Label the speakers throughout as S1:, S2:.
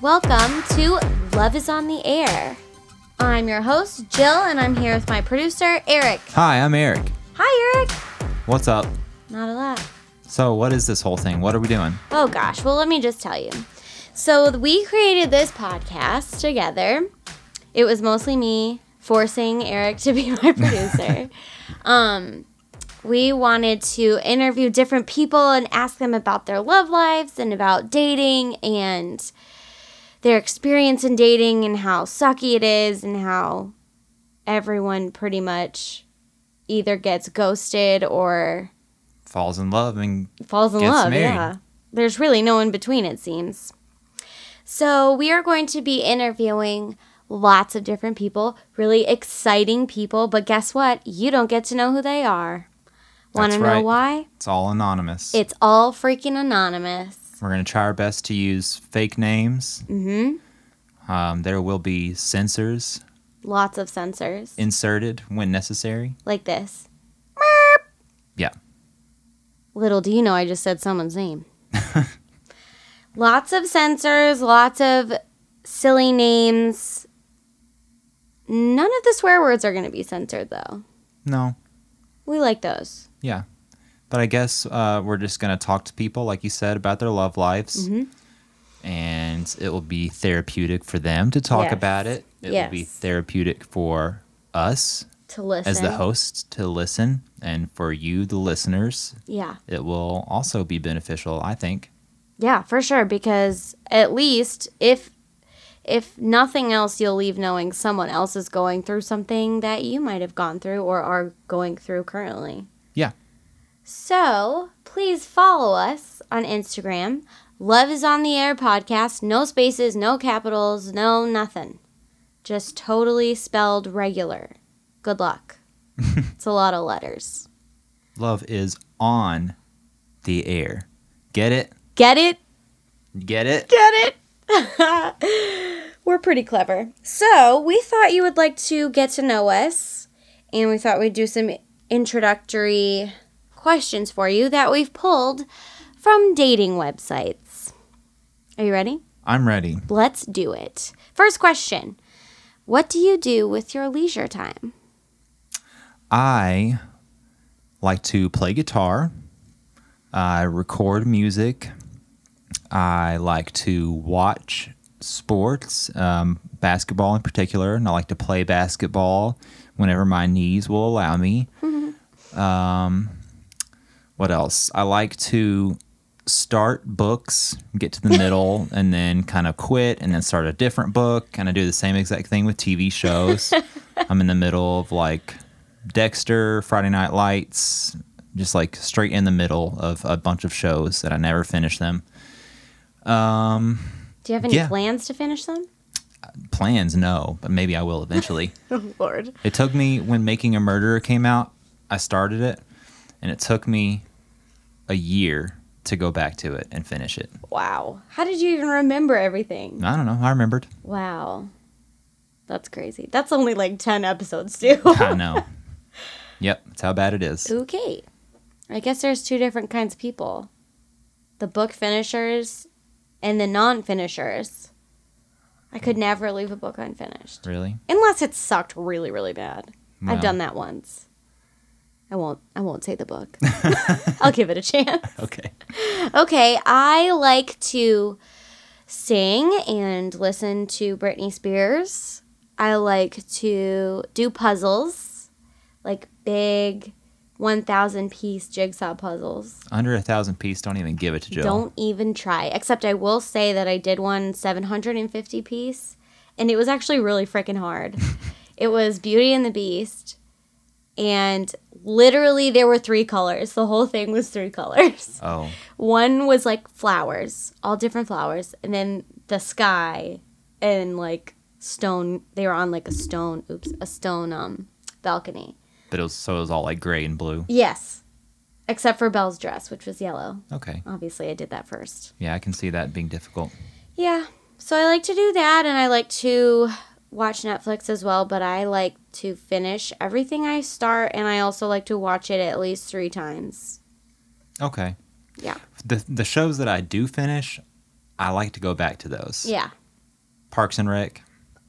S1: Welcome to Love is on the Air. I'm your host, Jill, and I'm here with my producer, Eric.
S2: Hi, I'm Eric.
S1: Hi, Eric.
S2: What's up?
S1: Not a lot.
S2: So, what is this whole thing? What are we doing?
S1: Oh gosh, well, let me just tell you. So, we created this podcast together. It was mostly me forcing Eric to be my producer. um, we wanted to interview different people and ask them about their love lives and about dating and their experience in dating and how sucky it is and how everyone pretty much either gets ghosted or
S2: Falls in love and
S1: falls in
S2: Gets
S1: love.
S2: married.
S1: Yeah. There's really no in between, it seems. So, we are going to be interviewing lots of different people, really exciting people, but guess what? You don't get to know who they are. Want to
S2: That's
S1: know
S2: right.
S1: why?
S2: it's all anonymous.
S1: It's all freaking anonymous.
S2: We're going to try our best to use fake names.
S1: Mhm.
S2: Um, there will be censors
S1: Lots of sensors
S2: inserted when necessary.
S1: like this.
S2: Yeah.
S1: Little do you know, I just said someone's name. lots of censors, lots of silly names. None of the swear words are going to be censored, though.
S2: No.
S1: We like those.
S2: Yeah. But I guess uh, we're just going to talk to people, like you said, about their love lives.
S1: Mhm.
S2: And it will be therapeutic for them to talk
S1: Yes.
S2: about it. It will be
S1: Yes.
S2: therapeutic for us
S1: To listen.
S2: as the hosts to listen and for you, the listeners,
S1: Yeah.
S2: it will also be beneficial, I think.
S1: Yeah, for sure. Because at least if if nothing else, you'll leave knowing someone else is going through something that you might have gone through or are going through currently.
S2: Yeah.
S1: So please follow us on Instagram. Love is on the air podcast. No spaces, no capitals, no nothing. Just totally spelled regular. Good luck. it's a lot of letters.
S2: Love is on the air. Get it?
S1: Get it?
S2: Get it?
S1: Get it? We're pretty clever. So, we thought you would like to get to know us, and we thought we'd do some introductory questions for you that we've pulled from dating websites. Are you ready?
S2: I'm ready.
S1: Let's do it. First question What do you do with your leisure time?
S2: I like to play guitar. I record music. I like to watch sports, um, basketball in particular, and I like to play basketball whenever my knees will allow me. um, what else? I like to start books, get to the middle, and then kind of quit, and then start a different book. And I do the same exact thing with TV shows. I'm in the middle of like Dexter, Friday Night Lights, just like straight in the middle of a bunch of shows that I never finish them.
S1: Do you have any
S2: Yeah.
S1: plans to finish them?
S2: Plans, no, but maybe I will eventually.
S1: Oh, Lord.
S2: it took me when Making a Murderer came out, I started it, and it took me a year to go back to it and finish it.
S1: Wow. How did you even remember everything?
S2: I don't know. I remembered.
S1: Wow. That's crazy. That's only like 10 episodes, too.
S2: I know. Yep, that's how bad it is.
S1: Okay. I guess there's two different kinds of people the book finishers and the non finishers. I could never leave a book unfinished.
S2: Really?
S1: Unless it sucked really, really bad.
S2: Well.
S1: I've done that once. I won't I won't say the book. I'll give it a chance.
S2: Okay.
S1: Okay, I like to sing and listen to Britney Spears. I like to do puzzles, like big 1,000 piece jigsaw puzzles.
S2: Under a thousand piece, don't even give it to Jill.
S1: Don't even try. Except I will say that I did one 750 piece, and it was actually really freaking hard. it was Beauty and the Beast, and literally there were three colors. The whole thing was three colors.
S2: Oh,
S1: One was like flowers, all different flowers, and then the sky and like stone. They were on like a stone, oops, a stone um balcony.
S2: but it was so it was all like gray and blue.
S1: Yes, except for Belle's dress, which was yellow.
S2: Okay.
S1: Obviously, I did that first.
S2: Yeah, I can see that being difficult.
S1: Yeah. So I like to do that and I like to watch Netflix as well, but I like to finish everything I start and I also like to watch it at least 3 times.
S2: Okay.
S1: Yeah.
S2: The the shows that I do finish, I like to go back to those.
S1: Yeah.
S2: Parks and Rec,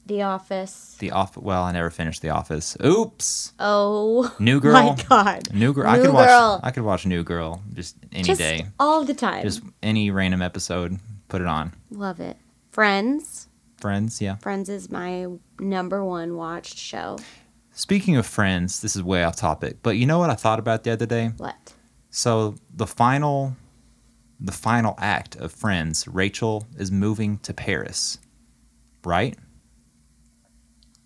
S1: The Office.
S2: The Office. Well, I never finished The Office. Oops.
S1: Oh
S2: New Girl.
S1: my God.
S2: New Girl. I
S1: New
S2: could watch.
S1: Girl.
S2: I could watch New Girl just any
S1: Just
S2: day.
S1: all the time.
S2: Just any random episode. Put it on.
S1: Love it. Friends.
S2: Friends. Yeah.
S1: Friends is my number one watched show.
S2: Speaking of Friends, this is way off topic, but you know what I thought about the other day?
S1: What?
S2: So the final, the final act of Friends, Rachel is moving to Paris, right?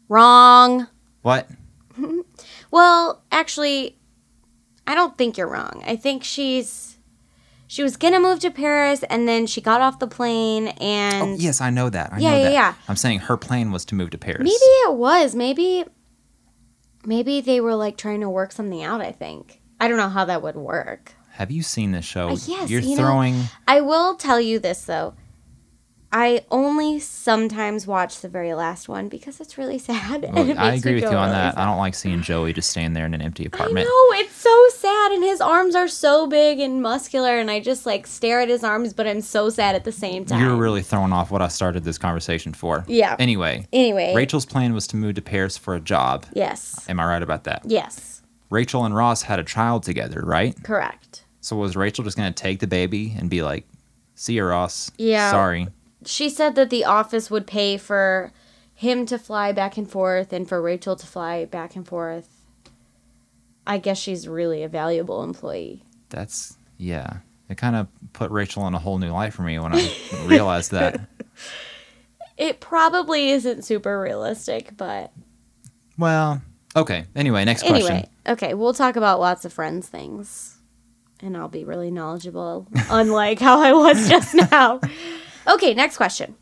S1: Wrong.
S2: What?
S1: Well, actually, I don't think you're wrong. I think she's she was gonna move to Paris, and then she got off the plane, and
S2: Oh, yes, I know that. I
S1: Yeah,
S2: know
S1: yeah,
S2: that.
S1: yeah.
S2: I'm saying her plan was to move to Paris.
S1: maybe it was maybe maybe they were like trying to work something out. I think I don't know how that would work.
S2: Have you seen this show?
S1: Uh, yes,
S2: You're
S1: you know-
S2: throwing.
S1: I will tell you this though. I only sometimes watch the very last one because it's really sad. and
S2: Look,
S1: it
S2: I
S1: makes me
S2: agree with you
S1: feel
S2: on
S1: really
S2: that.
S1: sad.
S2: I don't like seeing Joey just stand there in an empty
S1: I
S2: apartment.
S1: know it's so sad, and his arms are so big and muscular, and I just like stare at his arms, but I'm so sad at the same time.
S2: You're really throwing off what I started this conversation for.
S1: Yeah.
S2: Anyway,
S1: Anyway,
S2: Rachel's plan was to move to Paris for a job.
S1: Yes.
S2: Am I right about that?
S1: Yes.
S2: Rachel and Ross had a child together, right?
S1: Correct.
S2: So was Rachel just gonna take the baby and be like, "See you, Ross.
S1: Yeah.
S2: Sorry."
S1: She said that the office would pay for him to fly back and forth and for Rachel to fly back and forth. I guess she's really a valuable employee.
S2: That's yeah. It kind of put Rachel in a whole new light for me when I realized that.
S1: It probably isn't super realistic, but
S2: Well, okay. Anyway, next
S1: anyway,
S2: question.
S1: okay, we'll talk about lots of friends things. And I'll be really knowledgeable, unlike how I was just now. Okay, next question.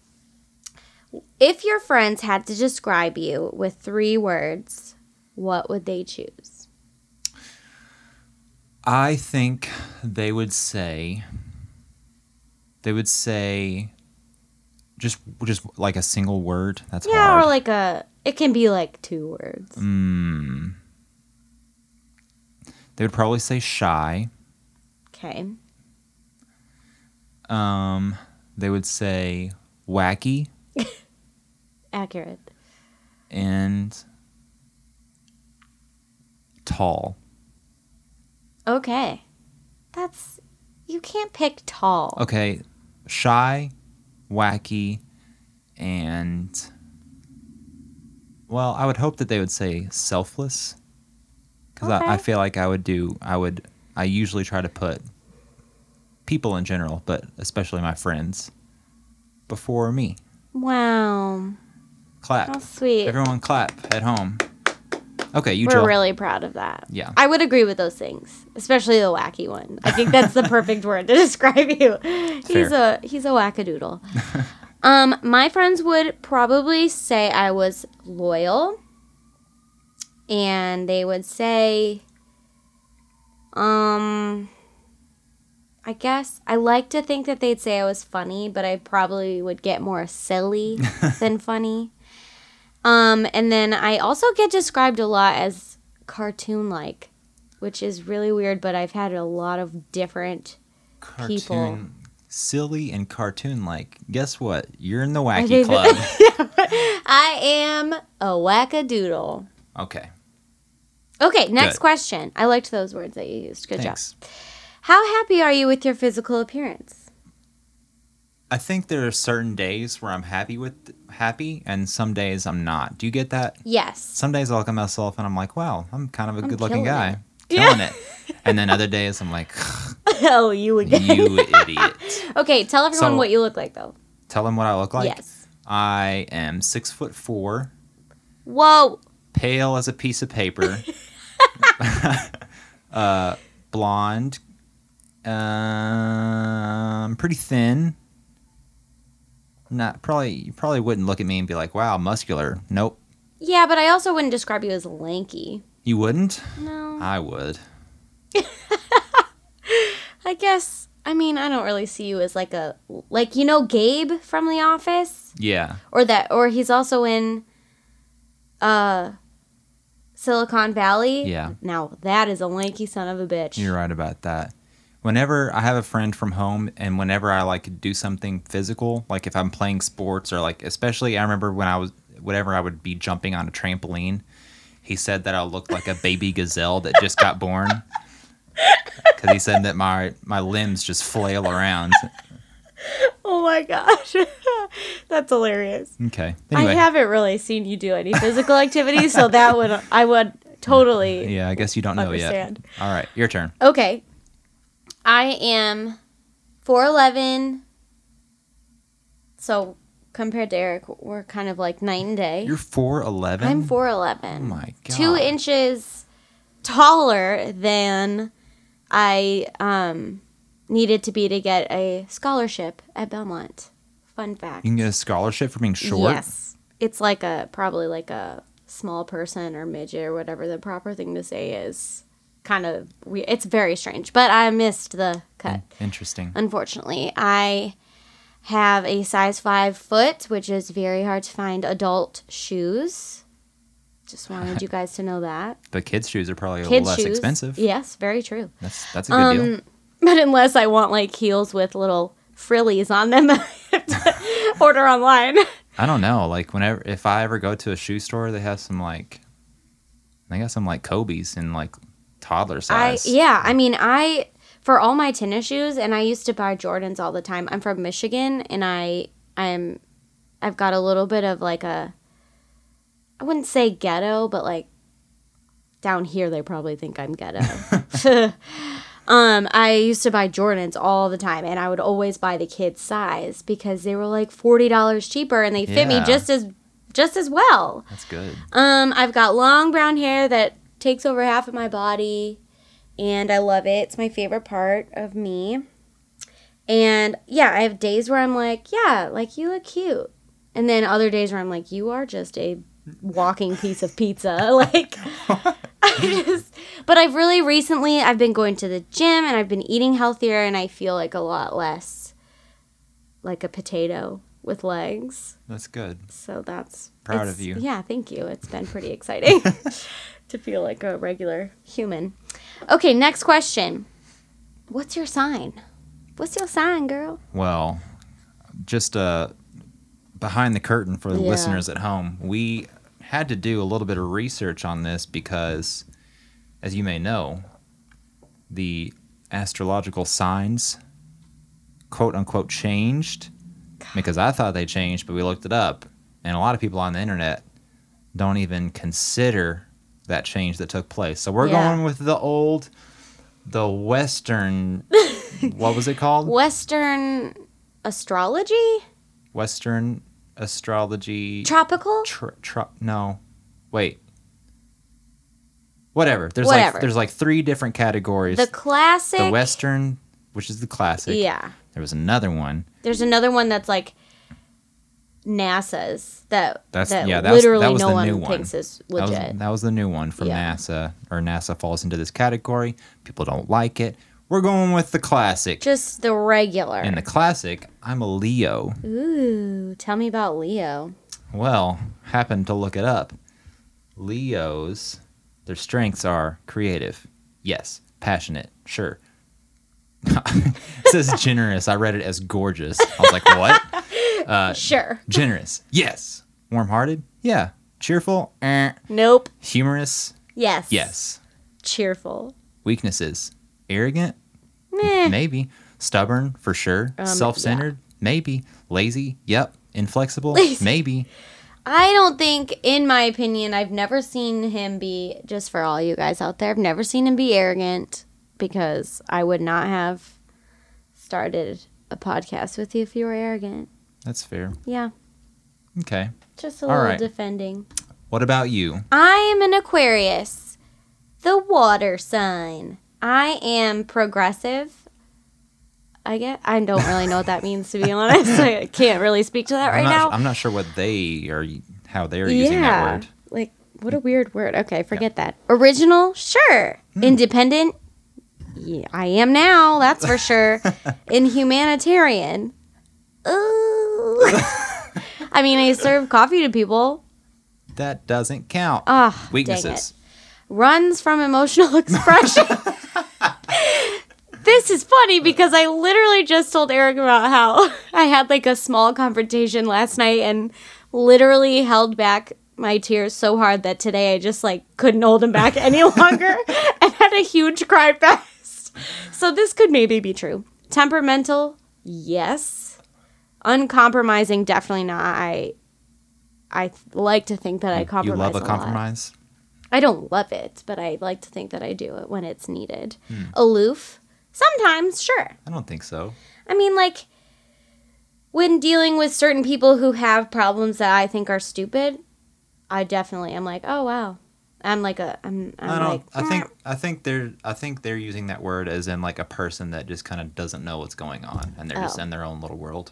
S1: If your friends had to describe you with three words, what would they choose?
S2: I think they would say they would say just just like a single word. That's
S1: Yeah,
S2: hard.
S1: or like a, it can be like two words.
S2: Hmm. they would probably say shy.
S1: Okay.
S2: Um, they would say wacky
S1: Accurate.
S2: and tall.
S1: Okay. That's, you can't pick tall.
S2: Okay, shy, wacky, and well, I would hope that they would say selfless because I, I
S1: Okay.
S2: feel like I would do. I would. I usually try to put people in general, but especially my friends, before me.
S1: Wow.
S2: Clap.
S1: How sweet.
S2: Everyone clap at home. Okay, you
S1: We're
S2: Jill.
S1: really proud of that.
S2: Yeah.
S1: I would agree with those things, especially the wacky one. I think that's the perfect word to describe you. He's a he's a wackadoodle. um, my friends would probably say I was loyal, and they would say, um, I guess I like to think that they'd say I was funny, but I probably would get more silly than funny. Um, and then I also get described a lot as cartoon like, which is really weird, but I've had a lot of different
S2: cartoon,
S1: people.
S2: silly and cartoon-like. Guess what? You're in the wacky
S1: didn't-
S2: club.
S1: I am a wackadoodle.
S2: okay,
S1: Okay, next
S2: Good.
S1: question. I liked those words that you used. Good job.
S2: thanks.
S1: How happy are you with your physical appearance?
S2: I think there are certain days where I'm happy with happy, and some days I'm not. Do you get that?
S1: Yes.
S2: Some days I look at myself and I'm like, "Wow, I'm kind of a
S1: killing
S2: good-looking guy,
S1: it."
S2: killing it." And then other days I'm like,
S1: oh, you again.
S2: "You idiot!"
S1: Okay, tell everyone
S2: Mm-hmm. So-
S1: what you look like though.
S2: Tell them what I look like.
S1: yes.
S2: I am six foot four,
S1: Whoa.
S2: pale as a piece of paper, uh, blonde, um, pretty thin. Not probably. You probably wouldn't look at me and be like, "Wow, muscular." Nope,
S1: Yeah, but I also wouldn't describe you as lanky.
S2: you wouldn't.
S1: No.
S2: I would.
S1: I guess I mean I don't really see you as like a like you know Gabe from the office?
S2: Yeah.
S1: or that or he's also in uh Silicon Valley.
S2: Yeah.
S1: Now that is a lanky son of a bitch.
S2: You're right about that. whenever I have a friend from home and whenever I like do something physical, like if I'm playing sports or like especially I remember when I was whenever I would be jumping on a trampoline, he said that I looked like a baby gazelle that just got born. Cuz he said that my my limbs just flail around.
S1: Oh my gosh. That's hilarious.
S2: Okay. Anyway.
S1: I haven't really seen you do any physical activity, so that would I would totally
S2: yeah, I guess you don't know
S1: Understand.
S2: yet. All right, your turn.
S1: Okay. I am 4'11. So compared to Eric, we're kind of like night and day.
S2: You're 4'11.
S1: I'm 4'11.
S2: Oh my
S1: Two
S2: God.
S1: inches taller than I um, needed to be to get a scholarship at Belmont. Fun fact.
S2: You can get a scholarship for being short.
S1: Yes. It's like a probably like a small person or midget or whatever the proper thing to say is. Kind of we it's very strange, but I missed the
S2: Mm.
S1: cut.
S2: Interesting.
S1: Unfortunately, I have a size 5 foot, which is very hard to find adult shoes. Just wanted you guys to know that.
S2: But kids' shoes are probably a
S1: Kid
S2: little less
S1: shoes. Um,
S2: expensive.
S1: Yes, very true.
S2: That's that's a good deal.
S1: But unless I want like heels with little frillies on them, I have to order online.
S2: I don't know. Like whenever if I ever go to a shoe store, they have some like they got some like Kobe's in like toddler
S1: I
S2: size.
S1: yeah, I mean I for all my tennis shoes and I used to buy Jordans all the time. I'm from Michigan and I I'm I've got a little bit of like a I wouldn't say ghetto, but like down here they probably think I'm ghetto. um I used to buy Jordans all the time and I would always buy the kids size because they were like $40 cheaper and they fit
S2: Yeah.
S1: me just as just as well.
S2: That's good.
S1: Um, I've got long brown hair that takes over half of my body, and I love it. It's my favorite part of me. And yeah, I have days where I'm like, yeah, like you look cute. And then other days where I'm like, you are just a walking piece of pizza. Like, I just, but I've really recently, I've been going to the gym and I've been eating healthier, and I feel like a lot less like a potato with legs.
S2: That's good.
S1: So that's
S2: Proud
S1: it's-
S2: of you.
S1: Yeah, thank you. It's been pretty exciting to feel like a regular human. Okay, next question. What's your sign? What's your sign, girl?
S2: Well, just uh behind the curtain for the
S1: Yeah.
S2: listeners at home, we had to do a little bit of research on this because as you may know, the astrological signs quote unquote changed because I thought they changed, but we looked it up. And a lot of people on the internet don't even consider that change that took place. So we're
S1: Yeah.
S2: going with the old, the Western, what was it called?
S1: Western astrology?
S2: Western astrology.
S1: Tropical?
S2: tr- tr- no, wait. Whatever. There's
S1: Whatever.
S2: like there's like three different categories.
S1: The
S2: The,
S1: classic?
S2: Western, which is the classic.
S1: Yeah.
S2: There was another one.
S1: There's another one that's like NASA's that
S2: That's-
S1: that
S2: yeah, that was-
S1: literally
S2: that was
S1: no
S2: the
S1: one
S2: new one.
S1: thinks is
S2: That
S1: legit.
S2: was, that was the new one from
S1: Yeah.
S2: NASA, or NASA falls into this category. People don't like it. We're going with the classic.
S1: Just the regular.
S2: and the classic, I'm a Leo.
S1: Ooh, tell me about Leo.
S2: Well, happened to look it up. Leos, their strengths are creative, yes, passionate, sure. it says generous. I read it as gorgeous. I was like, what? Uh,
S1: Sure.
S2: Generous, yes. Warm hearted, yeah. Cheerful, eh.
S1: Nope.
S2: Humorous,
S1: Yes.
S2: yes.
S1: Cheerful.
S2: Weaknesses, arrogant,
S1: Meh.
S2: Maybe. Stubborn, for sure.
S1: Um,
S2: Self centered, maybe. Lazy, yep. Inflexible,
S1: Lazy.
S2: maybe.
S1: I don't think, in my opinion, I've never seen him be, just for all you guys out there, I've never seen him be arrogant because I would not have started a podcast with you if you were arrogant.
S2: That's fair.
S1: Yeah,
S2: Okay.
S1: just a
S2: All
S1: little
S2: right.
S1: defending.
S2: What about you?
S1: I am an Aquarius, the water sign. I am progressive. I get. I don't really know what that means to be honest. I can't really speak to that right
S2: I'm, not,
S1: now.
S2: I'm not sure what they are, how they're using that word.
S1: Like, what a weird word. Okay, forget that. Original, sure. Independent, yeah, I am now, that's for sure. and humanitarian, ooh. I mean, I serve coffee to people.
S2: That doesn't count.
S1: Ah,
S2: Weaknesses.
S1: Runs from emotional expression. this is funny because I literally just told Eric about how I had like a small confrontation last night and literally held back my tears so hard that today I just like couldn't hold them back any longer and had a huge cry fest. So this could maybe be true. Temperamental, yes. Uncompromising, definitely not. I I like to think that I
S2: You
S1: compromise.
S2: love a
S1: lot.
S2: compromise?
S1: I don't love it, but I like to think that I do it when it's needed.
S2: Hmm.
S1: Aloof, sometimes, sure.
S2: I don't think so.
S1: I mean, like when dealing with certain people who have problems that I think are stupid, I definitely am like, oh wow, I'm like a, I'm, I'm
S2: I don't.
S1: like, "Ah,
S2: I think.
S1: "Meh."
S2: I think they're. I think they're using that word as in like a person that just kind of doesn't know what's going on, and they're just
S1: Oh.
S2: in their own little world.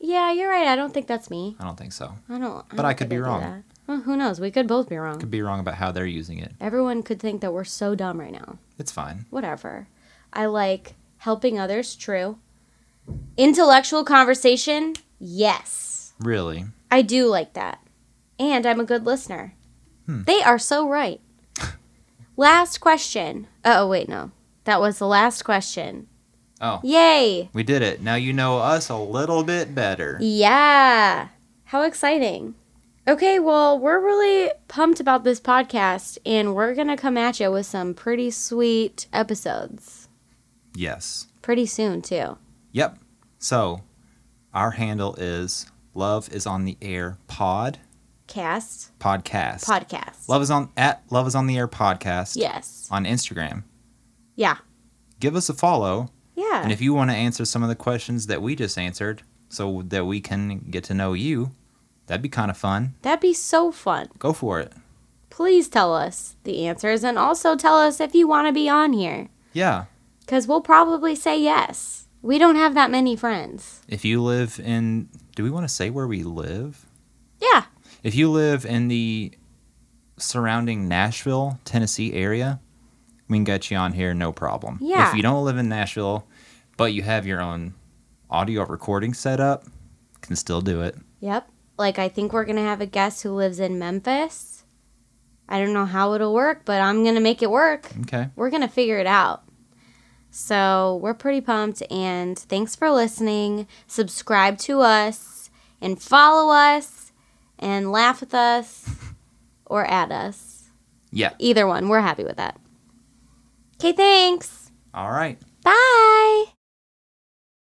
S1: yeah, you're right. I don't think that's me.
S2: I don't think so.
S1: I don't.
S2: But I
S1: don't think
S2: could be
S1: do
S2: wrong.
S1: that. Well, who knows? We could both be wrong.
S2: Could be wrong about how they're using it.
S1: Everyone could think that we're so dumb right now.
S2: It's fine.
S1: Whatever. I like helping others. True. Intellectual conversation. Yes.
S2: Really.
S1: I do like that. And I'm a good listener. They are so right. last question. Oh, wait, no. That was the last question.
S2: Oh,
S1: Yay.
S2: we did it. Now you know us a little bit better.
S1: Yeah. How exciting. Okay, well, we're really pumped about this podcast, and we're going to come at you with some pretty sweet episodes
S2: Yes.
S1: pretty soon, too.
S2: Yep. So, our handle is Love is on the Air Pod
S1: Cast
S2: Podcast.
S1: podcast.
S2: Love is on at Love is on the Air Podcast
S1: Yes.
S2: on Instagram.
S1: Yeah.
S2: Give us a follow, and
S1: Yeah.
S2: if you want to answer some of the questions that we just answered, so that we can get to know you, that'd be kind of fun.
S1: That'd be so fun.
S2: Go for it.
S1: please tell us the answers and also tell us if you want to be on here
S2: Yeah.
S1: because we'll probably say yes. We don't have that many friends.
S2: If you live in, do we want to say where we live?
S1: Yeah.
S2: If you live in the surrounding Nashville, Tennessee area, we can get you on here no problem.
S1: Yeah.
S2: If you don't live in Nashville, but you have your own audio recording set up, can still do it.
S1: Yep. Like, I think we're going to have a guest who lives in Memphis. I don't know how it'll work, but I'm going to make it work.
S2: Okay.
S1: We're going to figure it out. So, we're pretty pumped. And thanks for listening. Subscribe to us and follow us and laugh with us or at us.
S2: Yeah.
S1: Either one, we're happy with that. Okay, thanks.
S2: All right.
S1: Bye.